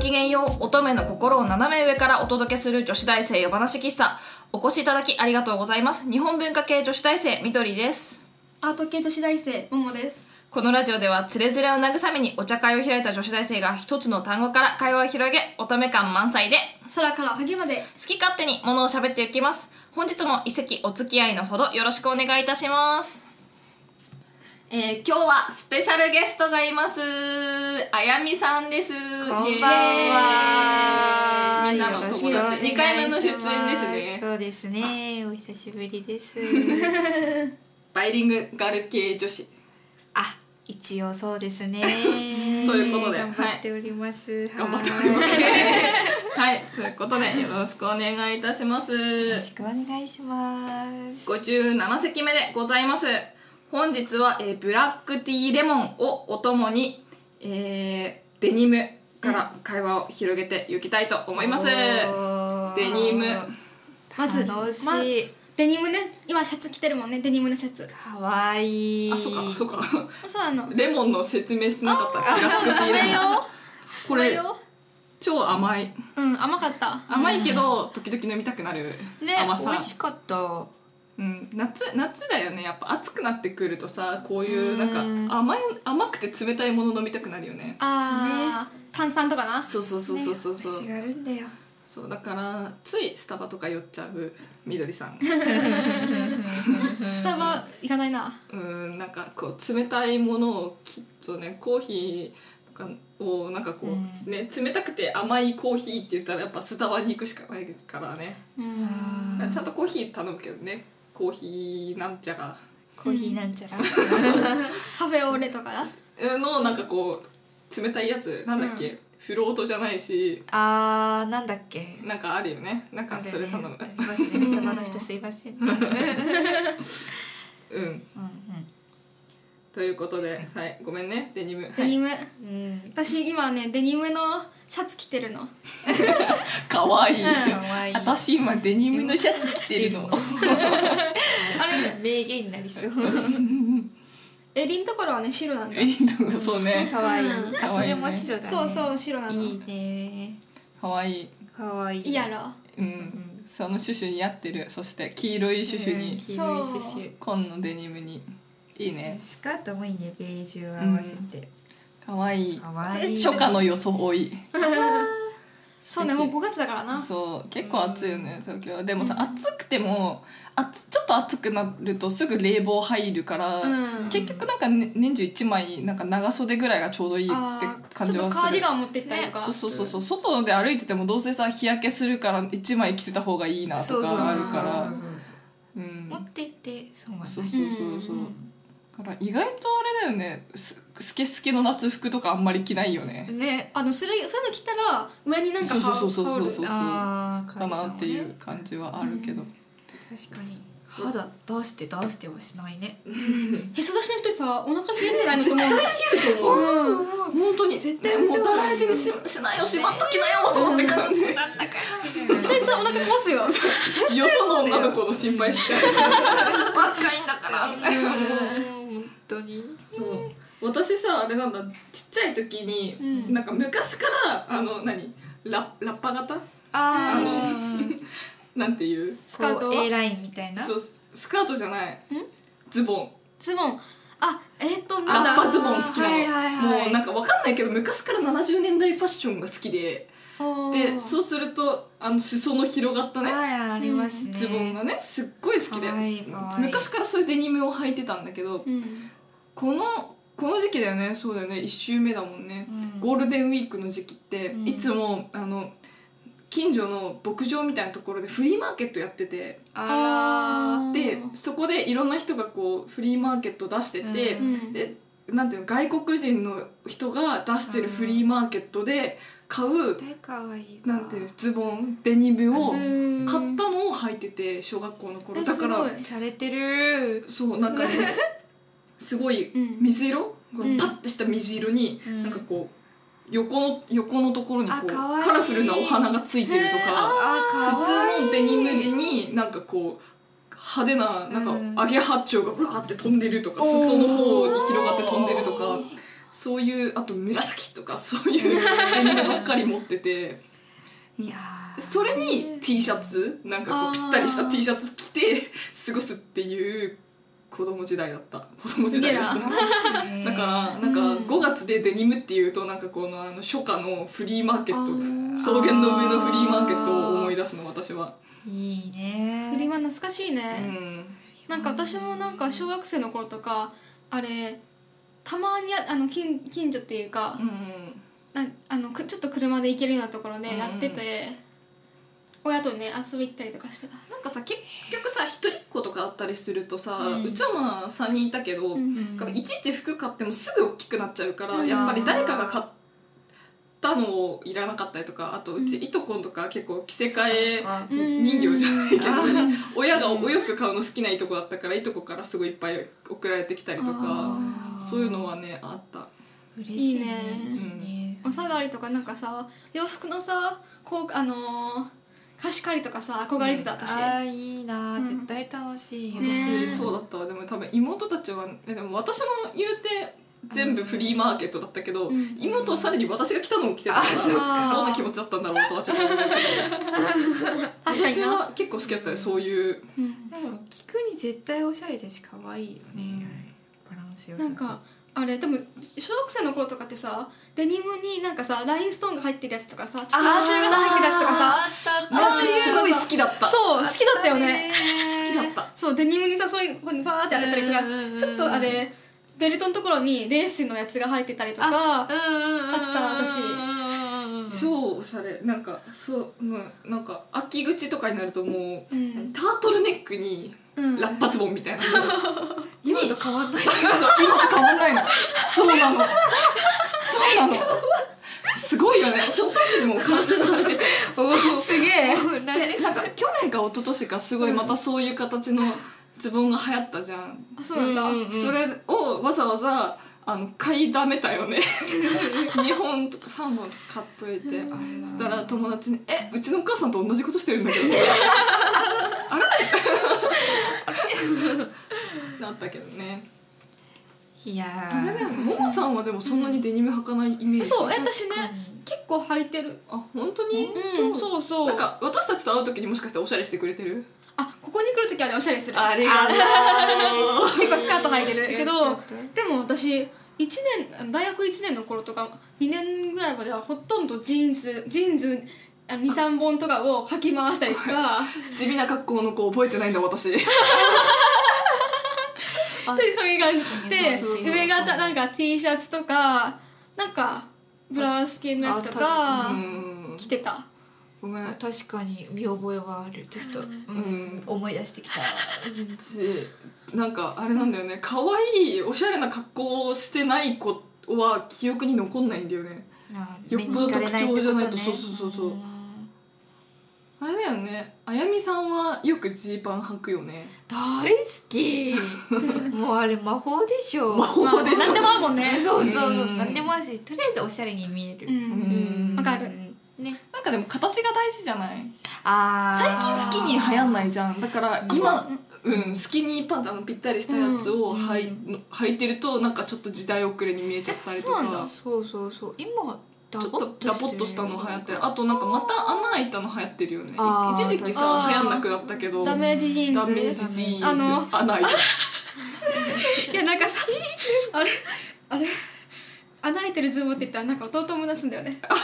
きげんよう乙女の心を斜め上からお届けする女子大生夜話喫茶お越しいただきありがとうございます日本文化系女子大生みどりですアート系女子大生ももですこのラジオではつれづれを慰めにお茶会を開いた女子大生が一つの単語から会話を広げ乙女感満載で空からハゲまで好き勝手にものを喋っていきます本日も一席お付き合いのほどよろしくお願いいたしますえー、今日はスペシャルゲストがいますあやみさんですこんばんは。イエーイみんなの友達よろしくお願いします二回目の出演ですねそうですね。お久しぶりです。 バイリングガル系女子あ、一応そうですね。 ということで頑張っております。頑張っておはりい ますよはいということでよろしくお願いいたしますろしくお願いします。 57席目でございます本日は、えーブラックティーレモンをお供に、えーデニムから会話を広げていきたいと思います、デニムまず楽しいまデニムね今シャツ着てるもんねデニムのシャツかわいい。あそうかそうかあそうな のレモンの説明してなかったブラックティ食ーレべよモンこ食べれよ超甘いうん甘かった甘いけど時々飲みたくなるね、甘さ、美味しかった。うん、夏夏だよねやっぱ暑くなってくるとさこういうなんかうん甘い甘くて冷たいもの飲みたくなるよねあー炭酸とかなそうそうそうそうそうそう、欲しがるんだよ。そうだからついスタバとか寄っちゃうみどりさんスタバ行かないなうんなんかこう冷たいものをきっとねコーヒーとかをなんかこう、うんね冷たくて甘いコーヒーって言ったらやっぱスタバに行くしかないからね、うんうんちゃんとコーヒー頼むけどねコーヒーなんちゃらコーヒーなんち ゃら。カフェオレとかなのなんかこう冷たいやつなんだっけ、うフロートじゃないしあー、なんだっけ。なんかあるよねなんかそれ頼むあ、りますね。スタバの人すいません。うんううん。んということで、はい、ごめんねデニムデニム、ムうん。私今ねデニムのシャツ着てるのはい、かわいい、うんかわいい。私今デニムのシャツ着てるのあれ名言になりそう。襟のところはね白なんだえいいとこそうね可愛いうんあそれも白だね。そうそう白なのいいね。かわいい可愛いいいやろうん、んそのシュシュに合ってるそして黄色いシュシュに、黄色いシュシュ。紺のデニムにいいねスカートもいいね。ベージュを合わせて。かわいい可愛い。初夏の装いそうねもう5月だからなそう結構暑いよね東京はでもさ、暑くても暑ちょっと暑くなるとすぐ冷房入るから、うん結局なんか、ね、年中一枚なんか長袖ぐらいがちょうどいいってあー感じちょっはとカすーるディガン持ってったりとか、そうそうそうそう外で歩いててもどうせさ日焼けするから一枚着てた方がいいなそとうそうかあるからそうそうそううん持ってって損はない。そうそうそうそううんだから意外とあれだよねすスケスケの夏服とかあんまり着ないよねね。あのそれそういうの着たら上になんか羽織そうそうそうそうそう羽織るああ。かなってい体うもね感じはあるけど、確かに。肌出して出してはしないね。へそ出しの人さお腹冷えてないのと思 ううん本当に絶対もう大事にししないよしまっときなよって感じ 絶対さお腹壊すよよその女の子の心配しちゃう若いんだからみたいな。本当に。そう私さあれなんだちっちゃい時に、うんなんか昔からあの何ララッパ型あああ。なんていうスカートこう A ラインみたいなそうスカートじゃないズボンズボンあえーっとラなんだッパズボン好きなの、はいはいはいもうなんかわかんないけど昔から70年代ファッションが好きでおーでそうするとあの裾の広がったねはいありますねズボンがねすっごい好きでかわいいかわいい昔からそういうデニムを履いてたんだけどうんこのこの時期だよねそうだよね1週目だもんね、うんゴールデンウィークの時期って、うんいつもあの近所の牧場みたいなところでフリーマーケットやっててああでそこでいろんな人がこうフリーマーケット出してて、ううんでなんていうの外国人の人が出してるフリーマーケットで買うら絶対可愛いわなんていうズボンデニムをう買っんたのを履いてて小学校の頃えだかすごらい洒落てるそうなんか ねすごいうん水色、うんパッてした水色に、うんなんかこう横の横のところにこうあかわいいカラフルなお花がついてるとへーかあ可普愛い通のデニム地になんかこう派手ななんかうん揚げ八丁がバーって飛んでるとか、おー裾の方に広がって飛んでるとかそういうあと紫とかそういうデニムばっかり持ってていやそれに T シャツなんかこうぴったりした T シャツ着て過ごすっていう子供時代だった子供時代だったすげだからうなんんか5月でデニムっていうとなんかこのあの初夏のフリーマーケあーット草原の上のフリーマーケットを思い出すの私は。いいねフリマ懐かしいうね、んなんか私もなんか小学生の頃とかあれたまにああの近近所っていうか、うんなあのくちょっと車で行けるようなところでやってて、親とね遊び行ったりとかしてたなんかさ結局さ一人っ子とかあったりするとさ、ううんちはまあ3人いたけど、うんなんかいちいち服買ってもすぐ大きくなっちゃうから、うんやっぱり誰かが買ったのをいらなかったりとかあとうち、うんいとことか結構着せ替えうん人形じゃないけど、あ 親がお洋服買うの好きないとこだったからいとこからすごいいっぱい送られてきたりとかあそういうのはねあった。嬉しいねいいお下がりとかなんかさ洋服のさこうあのー貸し借りとかさ憧れてた私、あーいいなうん絶対楽しいよ、ね私そうだったわでも多分妹たちはえでも私も言うて全部フリーマーケットだったけど、うん妹はさらに私が来たのを着てたかあそうからどんな気持ちだったんだろうとはちょっと思うけど確かに私な、は結構好きだったよそういううんでも聞くに絶対おしゃれだし可愛いよね、バランスよさなんかあれでも小学生の頃とかってさデニムになんかさラインストーンが入ってるやつとかさちょっと刺繍が入ってるやつとかささなんてすごい好きだったそう好きだったよね好きだったそうデニムにさそういうこうにバーってやったりとかうんうんうんうんちょっとあれベルトのところにレースのやつが入ってたりとかあった私超超おしゃれなんかそうもうなんか秋口とかになるともう、うんタートルネックにうんラッパズボンみたいな、今と変わんないそう今と変わんないのそうなのそうなのすごいよねその時にもう完成されててすげえでなんか去年か一昨年かすごいまたそういう形のズボンが流行ったじゃん、あそうなんだ、うんうんそれをわざわざあの買いだめたよね2本とか3本とか買っといてそしたら友達に「えうちのお母さんと同じことしてるんだけど」あれ なったけどねいやあれだよねももさんはでもそんなにデニム履かないイメージそうえあ私ね結構履いてる本当に、うんそうそうなんか私たちと会う時にもしかしておしゃれしてくれてるあここに来るときはねおしゃれするありがとう結構スカート履いてるけスカどートでも私一年大学1年の頃とか2年ぐらいまではほとんどジーンズジーンズ23本とかを履き回したりとか地味な格好の子覚えてないんだ私あでそういう感じそうで上がたなんか T シャツとかなんかブラウス系のやつとあかうん着てたごめん確かに見覚えはあるちょっと、うんん、思い出してきたしなんかあれなんだよね可愛いおしゃれな格好をしてない子は記憶に残んないんだよねよっぽど特徴じゃないとそうそうそうそうあれだよねあやみさんはよくジーパン履くよね大好きもうあれ魔法でしょ魔まあ法です何でも合うもんねそうそうそううんなんでもあるしとりあえずおしゃれに見えるううんんわかるねなんかでも形が大事じゃないあ最ー近スキニー流行んないじゃんだからあ今うん、スキニーパンツあのぴったりしたやつをはい履いてるとなんかちょっと時代遅れに見えちゃったりとそうなんだかそうそうそう今ダちょっとダポッとしたの流行ってるああとなんかまた穴開いたの流行ってるよねあー一時期確さかに流行んなくなったけどダメージジーンズダメージジーンズあの穴開いたいやなんかさあれあれ穴開いてるズボンって言ったらなんか弟思い出すんだよね多分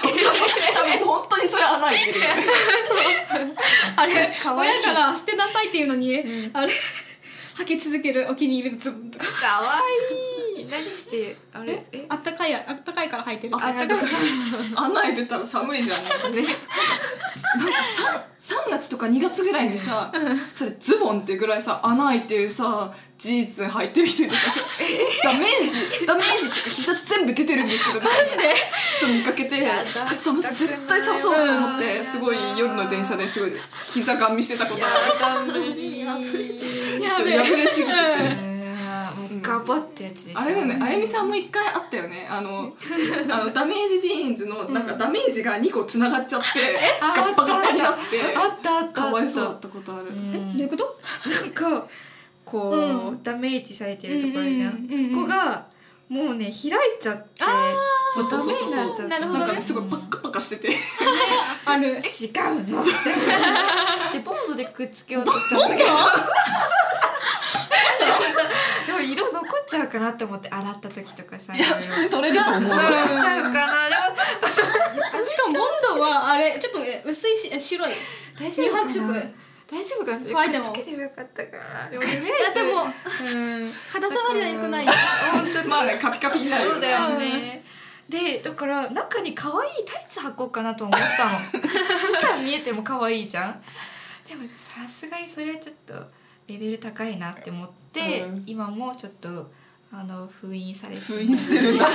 本当にそれ穴開いてるよねあれかわいい親から捨てなさいっていうのに、あれ履き続けるお気に入りのズボンとかかわいい何してあれえあったかいやあったかいから履いてるあったかい穴開いてたら寒いじゃんねなんかさ3月とか2月ぐらいにさそれズボンってぐらいさ穴開いてるさジーンズ履いてる人いてさダメージダメージっていうか膝全部出てるんですけどマジで人見かけてやだ寒そう絶対寒そうと思ってすごい夜の電車ですごい膝が見してたことあるだ無理やちょっと破れすぎててもうガバってやつで すあれだよね、あやみさんも一回あったよねあのあのダメージジーンズのなんかダメージが2個つながっちゃって、あガッパガッパになってあったあったあったかわいそうだったことある、うんえどういうことなんかこう、うダメージされてるところじゃうん,、んうんうんうんそこがもうね開いちゃってあもうそうダそうメそうになっちゃっなたるほなどねんかねすごいパッカパカしててある違うのって でボンドでくっつけようとしたんだけど でも色残っちゃうかなって思って洗った時とかさいや色々 普通に取れると思う残っちゃうかなでもしかもボンドはあれちょっと薄いし白い大丈夫かな乳白色大丈夫か乾いてなくもっつけてもよかったかなでもいやでもうん肌触りは良く ない本当にまあねカピカピになるそうだよねねでだから中に可愛いタイツ履こうかなと思った のそしたら見えても可愛いじゃんでもさすがにそれはちょっとレベル高いなって思って、うん今もちょっとあの封印されて封印してるな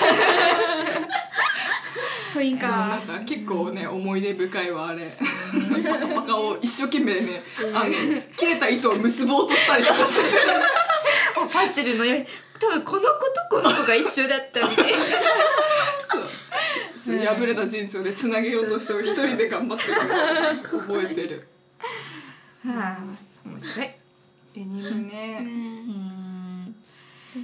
雰囲気そうなんかか結構ね思い出深いわあれパカパカを一生懸命ねあの切れた糸を結ぼうとしたりとかして てパズルのように多分この子とこの子が一緒だったみ たいなそう普通に破れたジーンズをねつなげようとしても一人で頑張って る覚えてるはあ面白いデニムうねうんん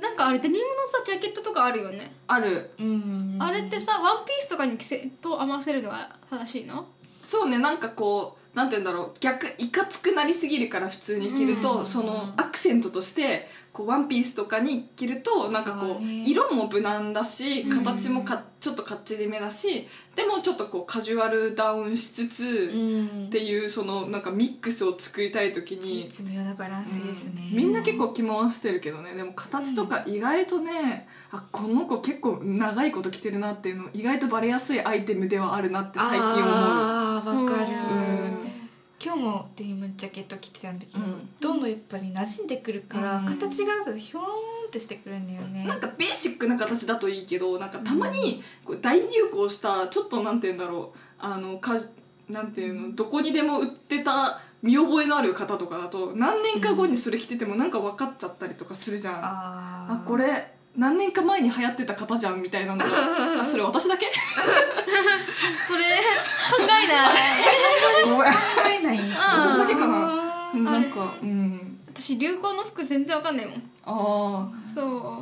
なんかあれデニムのさジャケットとかあるよねあるうんあれってさワンピースとかに着せと合わせるのが正しいのそうねなんかこうなんて言うんだろう逆いかつくなりすぎるから普通に着ると、うんそのアクセントとしてこうワンピースとかに着るとなんかこそううね色も無難だしうん形もか、ちょっとかっちりめだしでもちょっとこうカジュアルダウンしつつ、うんっていうそのなんかミックスを作りたい時に、絶妙なバランスですね、うんみんな結構着回してるけどねでも形とか意外とね、あこの子結構長いこと着てるなっていうの意外とバレやすいアイテムではあるなって最近思う。あーわかるうん今日もデニムジャケット着てたんだけど、うんどんどんやっぱり馴染んでくるから、うん形がそうひょーんってしてくるんだよねなんかベーシックな形だといいけどなんかたまにこう大流行したちょっとなんて言うんだろうあのかなんていうのどこにでも売ってた見覚えのある方とかだと何年か後にそれ着ててもなんか分かっちゃったりとかするじゃん。あーあこれ何年か前に流行ってた方じゃんみたいな のがあそれ私だけそれ考えないご めん考えない私だけかななんかうん私流行の服全然わかんないもんあそうあ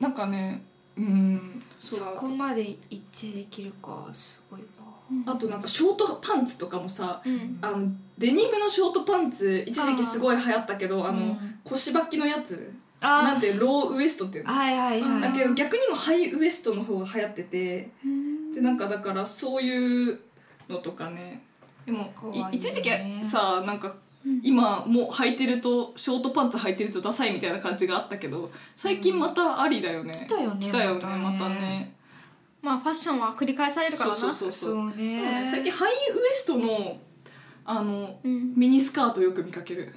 なんかねうんそそうだこまで一致できるかすごいわあとなんかショートパンツとかもさうんあのデニムのショートパンツ一時期すごい流行ったけどあの、うん腰ばきのやつなあんてローウエストっていうのはいはいはいだけど逆にもハイウエストの方が流行っててでなんかだからそういうのとかねでも可愛いいよね一時期さなんか今もう履いてるとショートパンツ履いてるとダサいみたいな感じがあったけど最近またありだよね、来たよね来たよねまたねまたねまあファッションは繰り返されるからそうなそうそうそうそうでもねね最近ハイウエストのあのうんミニスカートよく見かける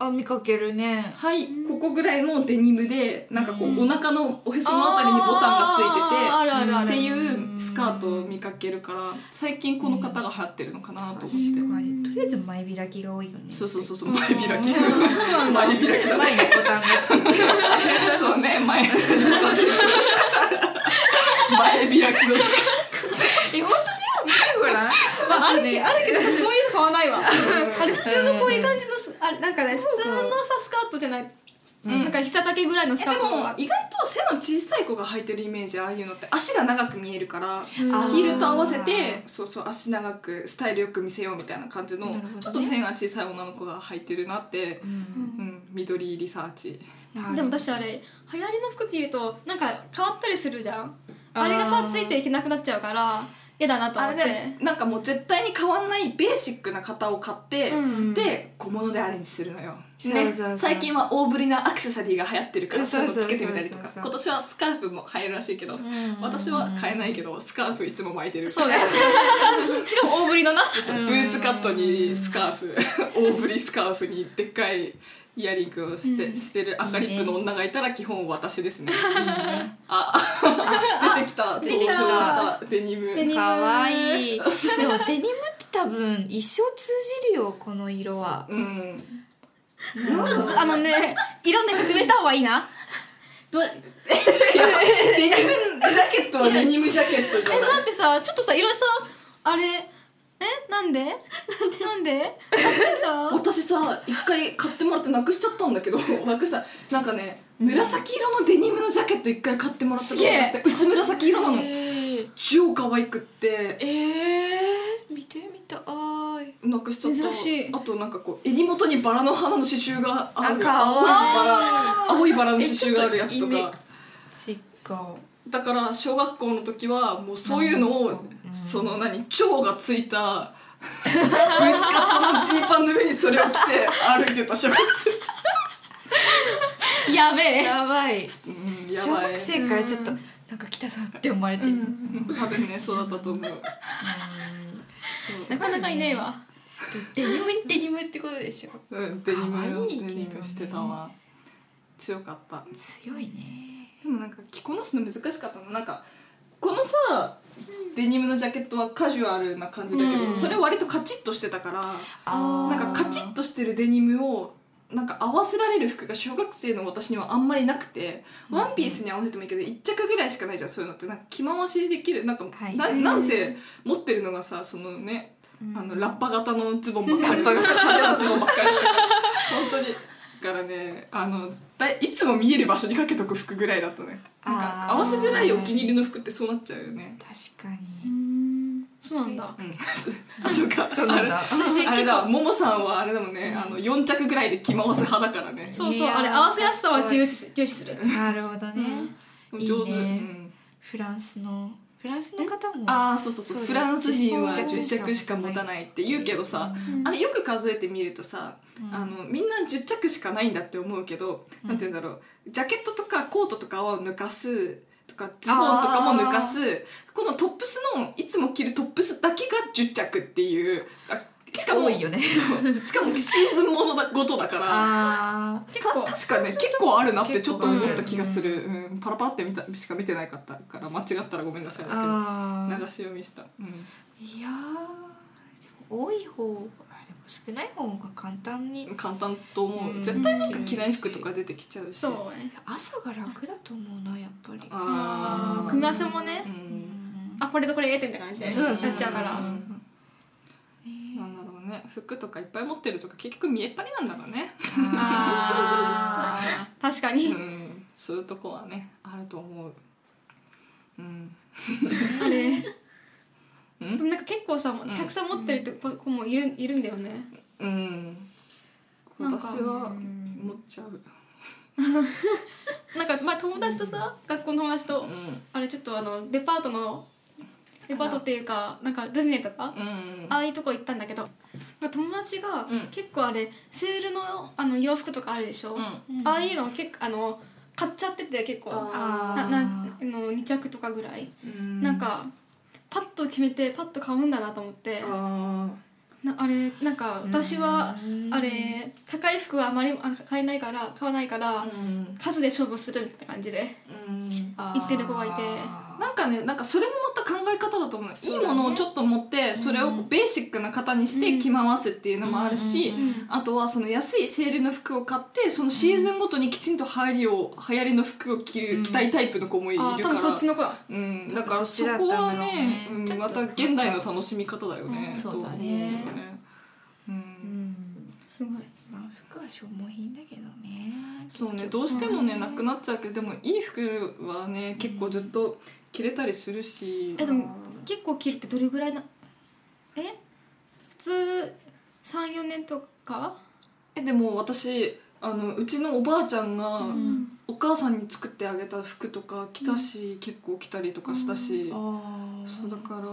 あ見かけるねはいここぐらいのデニムでなんかこう、うんお腹のおへそのあたりにボタンがついててあるあるあるっていうんうスカートを見かけるから最近この方が流行ってるのかなと思って、確かにとりあえず前開きが多いよねそうそうそううそう前開き前そうなんだ開きだね前にボタンがついてるそう ね前前開きのえ本当に見てごらまんあ、あるけあるけどそういうの買わないわあれ普通のこういう感じのスあれなんかね普通のさスカートじゃない、うんなんか膝丈ぐらいのスカーでトもが意外と背の小さい子が履いてるイメージああいうのって足が長く見えるからあーヒールと合わせてそうそう足長くスタイルよく見せようみたいな感じの、なるほどねちょっと線が小さい女の子が履いてるなって、うんうん、緑リサーチでも私あれ流行りの服着るとなんか変わったりするじゃんあーあれがさついていけなくなっちゃうから嫌だなと思あっれてねなんかもう絶対に変わんないベーシックな型を買って、うんで小物でアレンジするのよ、そうねそうそうそう最近は大ぶりなアクセサリーが流行ってるからそそううそいううのそうそうつけてみたりとか今年はスカーフも流行るらしいけど、ん私は買えないけどスカーフいつも巻いてるそうだよ しかも大ぶりのなブーツカットにスカーフ大ぶりスカーフにでっかいイヤリングをして,、してる赤リップの女がいたら基本私ですねあ出てきた出てきたしたデニムデニムかわいいでもデニムって多分一生通じるよこの色はうんあのね色で説明した方がいいなどうデニムジャケットはデニムジャケットじゃえないだってさちょっとさ色々さあれえなんでなんで私さ私さ一回買ってもらってなくしちゃったんだけ どなくしたなんかね紫色のデニムのジャケット一回買ってもらったことがあっすげて薄紫色なのえー、超可愛くってえー、見てみたいなくしちゃった珍しいあとなんかこう襟元にバラの花の刺繍があるあかわ青いバラ青いバラの刺繍があるやつとえちょっとかちっこだから小学校の時はもうそういうのをうんその何蝶がつい たブーツカットのジーパンの上にそれを着て歩いてた小学 生やべえやばいうんや小ばい学生からちょっとうんなんか来たぞって思われてる、うん多分ねそうだったと思うなかなかいねえわデニムにデニムってことでしょうんデニムを可愛いけどねデニムしてたわ強かった強いねでもなんか着こなすの難しかったのなんかこのさデニムのジャケットはカジュアルな感じだけど、うんそれ割とカチッとしてたからあーなんかカチッとしてるデニムをなんか合わせられる服が小学生の私にはあんまりなくて、ワンピースに合わせてもいいけど1着ぐらいしかないじゃんそういうのってなんか着回しできるなんか、はいななんせ持ってるのがさそのねあのラッパ型のズボンばっラかりッパが派手なズボンばっかりだから本当にだからねあのだいいつも見える場所にかけとく服ぐらいだったねなんあかー合わせづらいお気に入りの服ってそうなっちゃうよね確かうにんそうなんだうん あそうかそうなんだあれ私あれ結だ構ももさんはあれだもんねあの4着ぐらいで着回す派だからねそうそういやーあれ合わせやすさは重視重視するなるほどね、いいね上手うんフランスのフランスの方もああそうそうそうそうフランス人は10 10着着しか持たないって言うけどさ、うんあれよく数えてみるとさ、うんあのみんな10着しかないんだって思うけど、うんなんて言うんだろうジャケットとかコートとかは抜かすとかズボンとかも抜かすこのトップスのいつも着るトップスだけが10着っていうあしかも多いよねそう しかもシーズンものだごとだから。あーた確かね結構あるなってちょっと思った気がする、結うんパラパラって見たしか見てないかったから間違ったらごめんなさいだけあどー流し読みした、うんいやーでも多い方あでも少ない方が簡単に簡単と思う、うん絶対なんか着ない服とか出てきちゃうしそうね朝が楽だと思うなやっぱりあー組み合わせもねううんんあこれとこれってみたいな感じでそうやそうっそうちゃうからうんねなんだろうね服とかいっぱい持ってるとか結局見えっ張りなんだろうね、あー確かうにん、そういうとこはねあると思ううんあれんでもなんか結構さんたくさん持ってるって子子もいるいるんだよねうんなん私かはうん持っちゃうなんかまあ友達とさ学校の友達とうんあれちょっとあのデパートのデパートっていうかなんかルミネとかうんああいうとこ行ったんだけど友達がうん結構あれセールのあの洋服とかあるでしょ、うんああいうのを結構あの買っちゃってて結構あなーなんあの2着とかぐらい、うんなんかパッと決めてパッと買うんだなと思ってあなあれなんか私はうんあれ高い服はあまりあ買えないから買わないから、あうん数で勝負するみたいな感じでうん行ってる子がいてなんかねなんかそれもまた考え方だと思うそういだいねものをちょっと持ってそれをベーシックな型にして着回すっていうのもあるし、うんうんあとはその安いセールの服を買ってそのシーズンごとにきちんと流行りを流行りの服を着うるん着たいタイプの子もいるあーか多ら分そっちの子だうん、だからそこそっはちだったんだろうねねうんちょっとまた現代の楽しみ方だよね、うんそうだねと思うんだよねううんんすごいまあ服は消耗品だけどねそうねどうしてもねなくっなっちゃうけどでもいい服はね結構ずっと着れたりするし、えでも結構着るってどれぐらいなえ普通34年とかえでも私あのうちのおばあちゃんが、うんお母さんに作ってあげた服とか着たし、結構着たりとかしたし、あーそうだから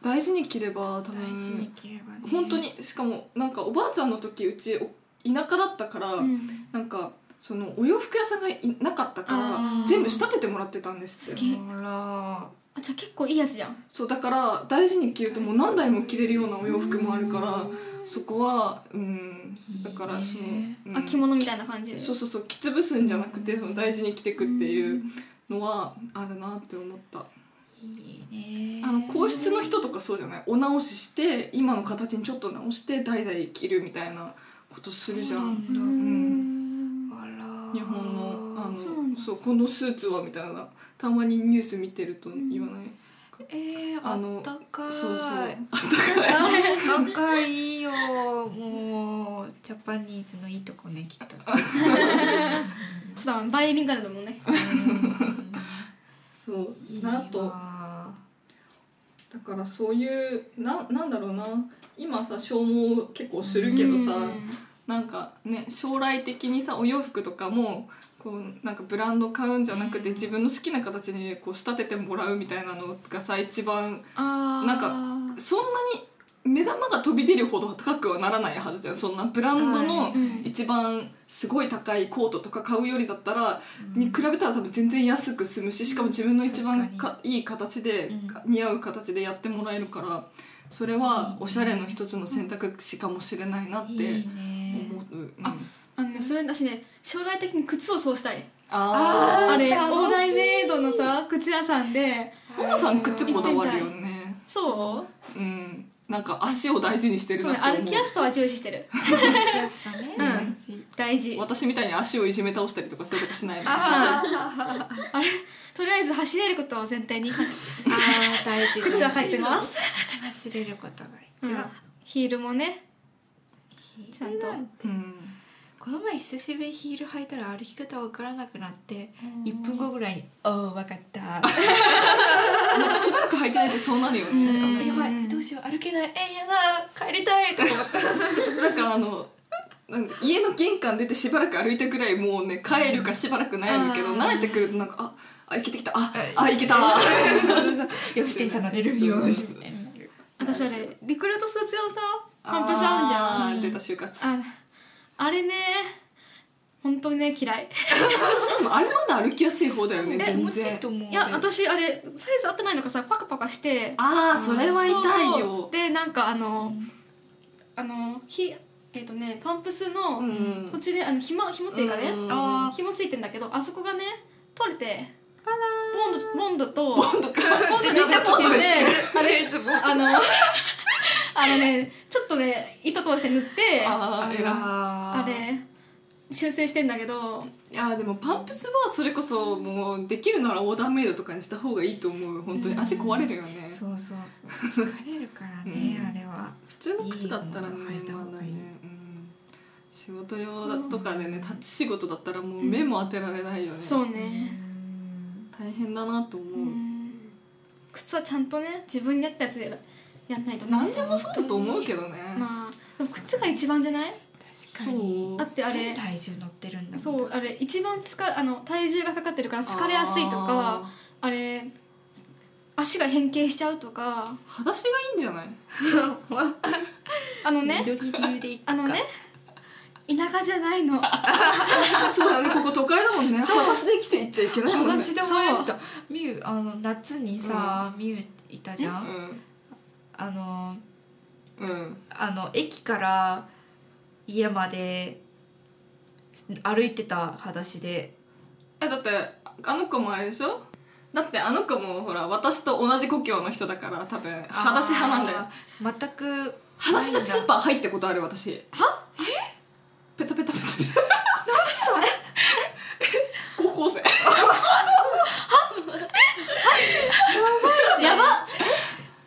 大事に着れば多分大事に着ればね本当にしかもなんかおばあちゃんの時うちお田舎だったから、うんなんかそのお洋服屋さんがいなかったかあらー全部仕立ててもらってたんですってすげえあらあじゃあ結構いいやつじゃんそうだから大事に着るともう何台も着れるようなお洋服もあるからそこはうんだからそのいいね、うんあ着物みたいな感じでそうそうそう着潰すんじゃなくてその大事に着てくっていうのはあるなって思ったいいねあの皇室の人とかそうじゃないお直しして今の形にちょっと直して代々着るみたいなことするじゃそうなんんうーんあ日ら本のあのそうなんだそうこのスーツはみたいなたまにニュース見てると言わないかえー、ああのったかいそうそうあったかいいよもうジャパニーズのいいとこねきっとちょっとバイリンガルだもんねそううんいいなんとわだからそういうななんだろうな今さ消耗結構するけどさ、うんなんかね将来的にさお洋服とかもこうなんかブランド買うんじゃなくて自分の好きな形にこう仕立ててもらうみたいなのがさ一番あーなんそんなに目玉が飛び出るほど高くはならないはずじゃんそんなブランドはのいうん一番すごい高いコートとか買うよりだったら、に比べたら多分全然安く済むししかも自分の一番確かかいい形で、うんか似合う形でやってもらえるからそれはおしゃれの一つの選択肢かもしれないなって思う。いいねうんああのねそれだしね将来的に靴をそうしたいああーれオ楽しーダいイメイドのさ靴屋さんでももさん靴こだわるよねそううんなんか足を大事にしてるそうなっねて思う歩きやすさは重視してる歩きやすさね、うん大事大事私みたいに足をいじめ倒したりとかそういうことしないのあれとりあえず走れることを前提に靴あー大事は履いてます、走れることがう一ん番、ヒールもねヒールちゃんとなんてうんこの前久しぶりにヒール履いたら歩き方わからなくなって1分後ぐらいに「おおわかった」しばらく履いてないとそうなるよね、うんあやばいどうしよう歩けないえやだ帰りたいとか思ったなんかあのなんか家の玄関出てしばらく歩いたくらいもうね帰るかしばらく悩むけどうん慣れてくるとなんかああ行けてきたあああ行けたそうそうそうよし電車乗れるよそうみたいな私はねリクルートスーツ用さパンプスあんじゃんあー出た就活ああれね本当にね嫌いでもあれまだ歩きやすい方だよねえ全もうちょ然っともういや私あれサイズ合ってないのかさパカパカしてああそれは痛いそうそようでなんかあの、あのひえっ、とねパンプスの、うん途中であの紐紐っていうかね、うんあ紐ついてんだけどあそこがね取れてボンドボンドとボンドかボンドみんなボンドつけでてつけあれあの あのねちょっとね糸通して塗ってあああ偉いあれ修正してんだけどいやーでもパンプスはそれこそもうできるならオーダーメイドとかにした方がいいと思う本当に足壊れるよねそうそうそう疲れるからねうんあれは普通の靴だったらねいいまものがだ入った方がいいね、うん、仕事用だとかでね立ち仕事だったらもう目も当てられないよね、そううね、ん大変だなと思う、うん靴はちゃんとね自分に合ったやつでやんないとね何でもそうだと思うけどね、まあでも靴が一番じゃない確かそにうだってあれ全体重乗ってるんだもん そうあれ一番疲れあの体重がかかってるから疲れやすいとかああれ足が変形しちゃうとかー裸足がいいんじゃないあのね緑理由でいくかあのね田舎じゃないの そうだねここ都会だもんね裸足で生きていっちゃいけないもんね話で思い出したみゆあの夏にさみゆいたじゃんあのうんうんあの駅から家まで歩いてた裸足でえだってあの子もあれでしょだってあの子もほら私と同じ故郷の人だから多分裸足派なんだよあー全く裸足でスーーパー入ったことある私はえペタペタペタペタ何それ高校生やば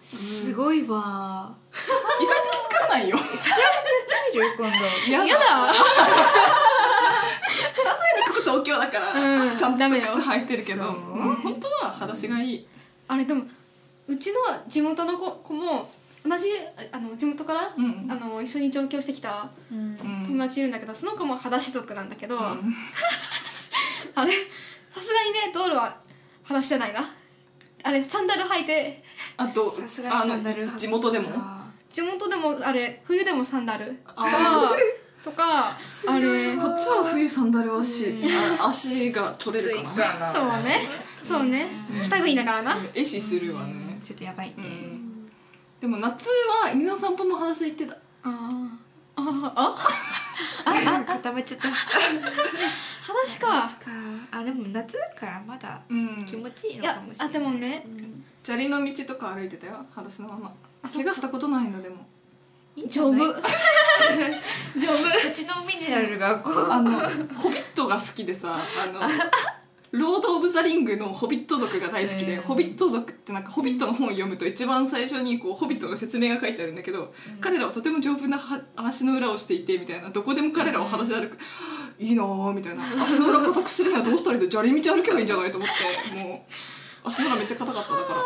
すごいわ意外と気づかないよ見る今度やだやだここ東京だから、うんちゃんとダメよ靴履いてるけど、そううん本当は裸足がいいあれでもうちの地元の子子も同じあの地元から、うんあの一緒に上京してきたうんうん友達いるんだけど、その子も裸足族なんだけど、うん あれさすがにね道路は裸足じゃないなあれサンダル履いてあとさすがにサンダルあ履のく地元でも地元でもあれ冬でもサンダルあー とかあれちょっとこっちは冬サンダル足、あ足が取れるかなそうねそうね北国だからな壊死するわね、ちょっとやばいね、うんでも夏は犬の散歩も話行ってたあーああ固めちゃった裸足かかあでも夏だからまだうん気持ちいいいのかやもしあれないでもねうん砂利の道とか歩いてたよ裸足のままあそっか怪我したことないんだでもいいんじゃ丈な夫い 丈夫 土のミネラルがこうあのホビットが好きでさあのロード・オブ・ザ・リングのホビット族が大好きで、うんホビット族ってなんかホビットの本を読むと一番最初にこうホビットの説明が書いてあるんだけど、彼らはとても丈夫なは足の裏をしていてみたいなどこでも彼らを裸足で歩く、いいなぁみたいな足の裏硬くするにはどうしたらいいの砂利道歩けばいいんじゃないと思ってもう足の裏めっちゃ硬かっただか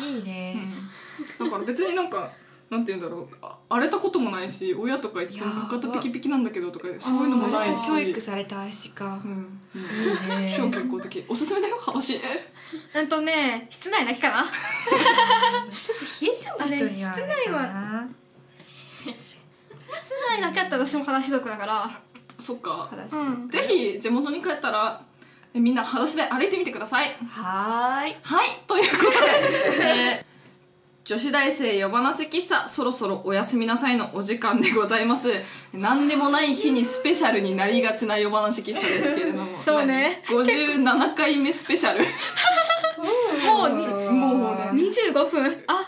ら。いいね、だから別になんかなんて言うんだろうあ荒れたこともないし親とかいつもかかとピキピキなんだけどとかそういうのもないし教育された足かう、んいいね超健康的おすすめだよ裸足うんとね室内だけかなちょっと冷え性の人にはあれ室内は室内だけだったら私も話族だからそっか正しい、うんぜひ地元に帰ったらえみんな裸足で歩いてみてくださいはーいはいということで、えー女子大生夜話喫茶そろそろおやすみなさいのお時間でございます何でもない日にスペシャルになりがちな夜話喫茶ですけれどもそうね57回目スペシャルもうにもうね25分あ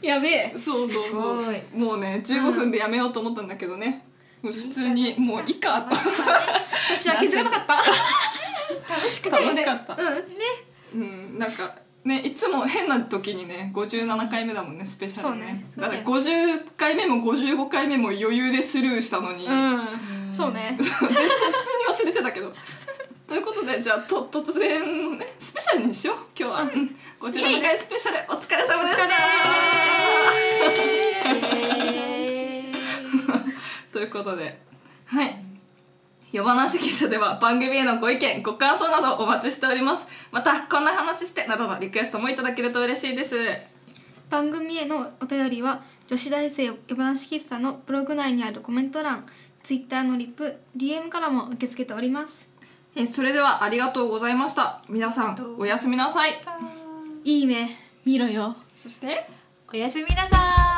やべえそうそうすそごいうもうね15分でやめようと思ったんだけどね、もう普通にもういいかと私は気づかなかった楽しくて楽しかったうんうんなんかねいつも変な時にね57回目だもんねスペシャルねそうねだから50回目も55回目も余裕でスルーしたのに、 うんそうね全然普通に忘れてたけどということでじゃあと突然のねスペシャルにしよう今日は、うん、57回スペシャルお疲れ様でしたということではい夜話喫茶では番組へのご意見ご感想などお待ちしておりますまたこんな話してなどのリクエストもいただけると嬉しいです番組へのお便りは女子大生夜話喫茶のブログ内にあるコメント欄ツイッターのリプ DM からも受け付けておりますえーそれではありがとうございました皆さんおやすみなさいいい目見ろよそしておやすみなさーい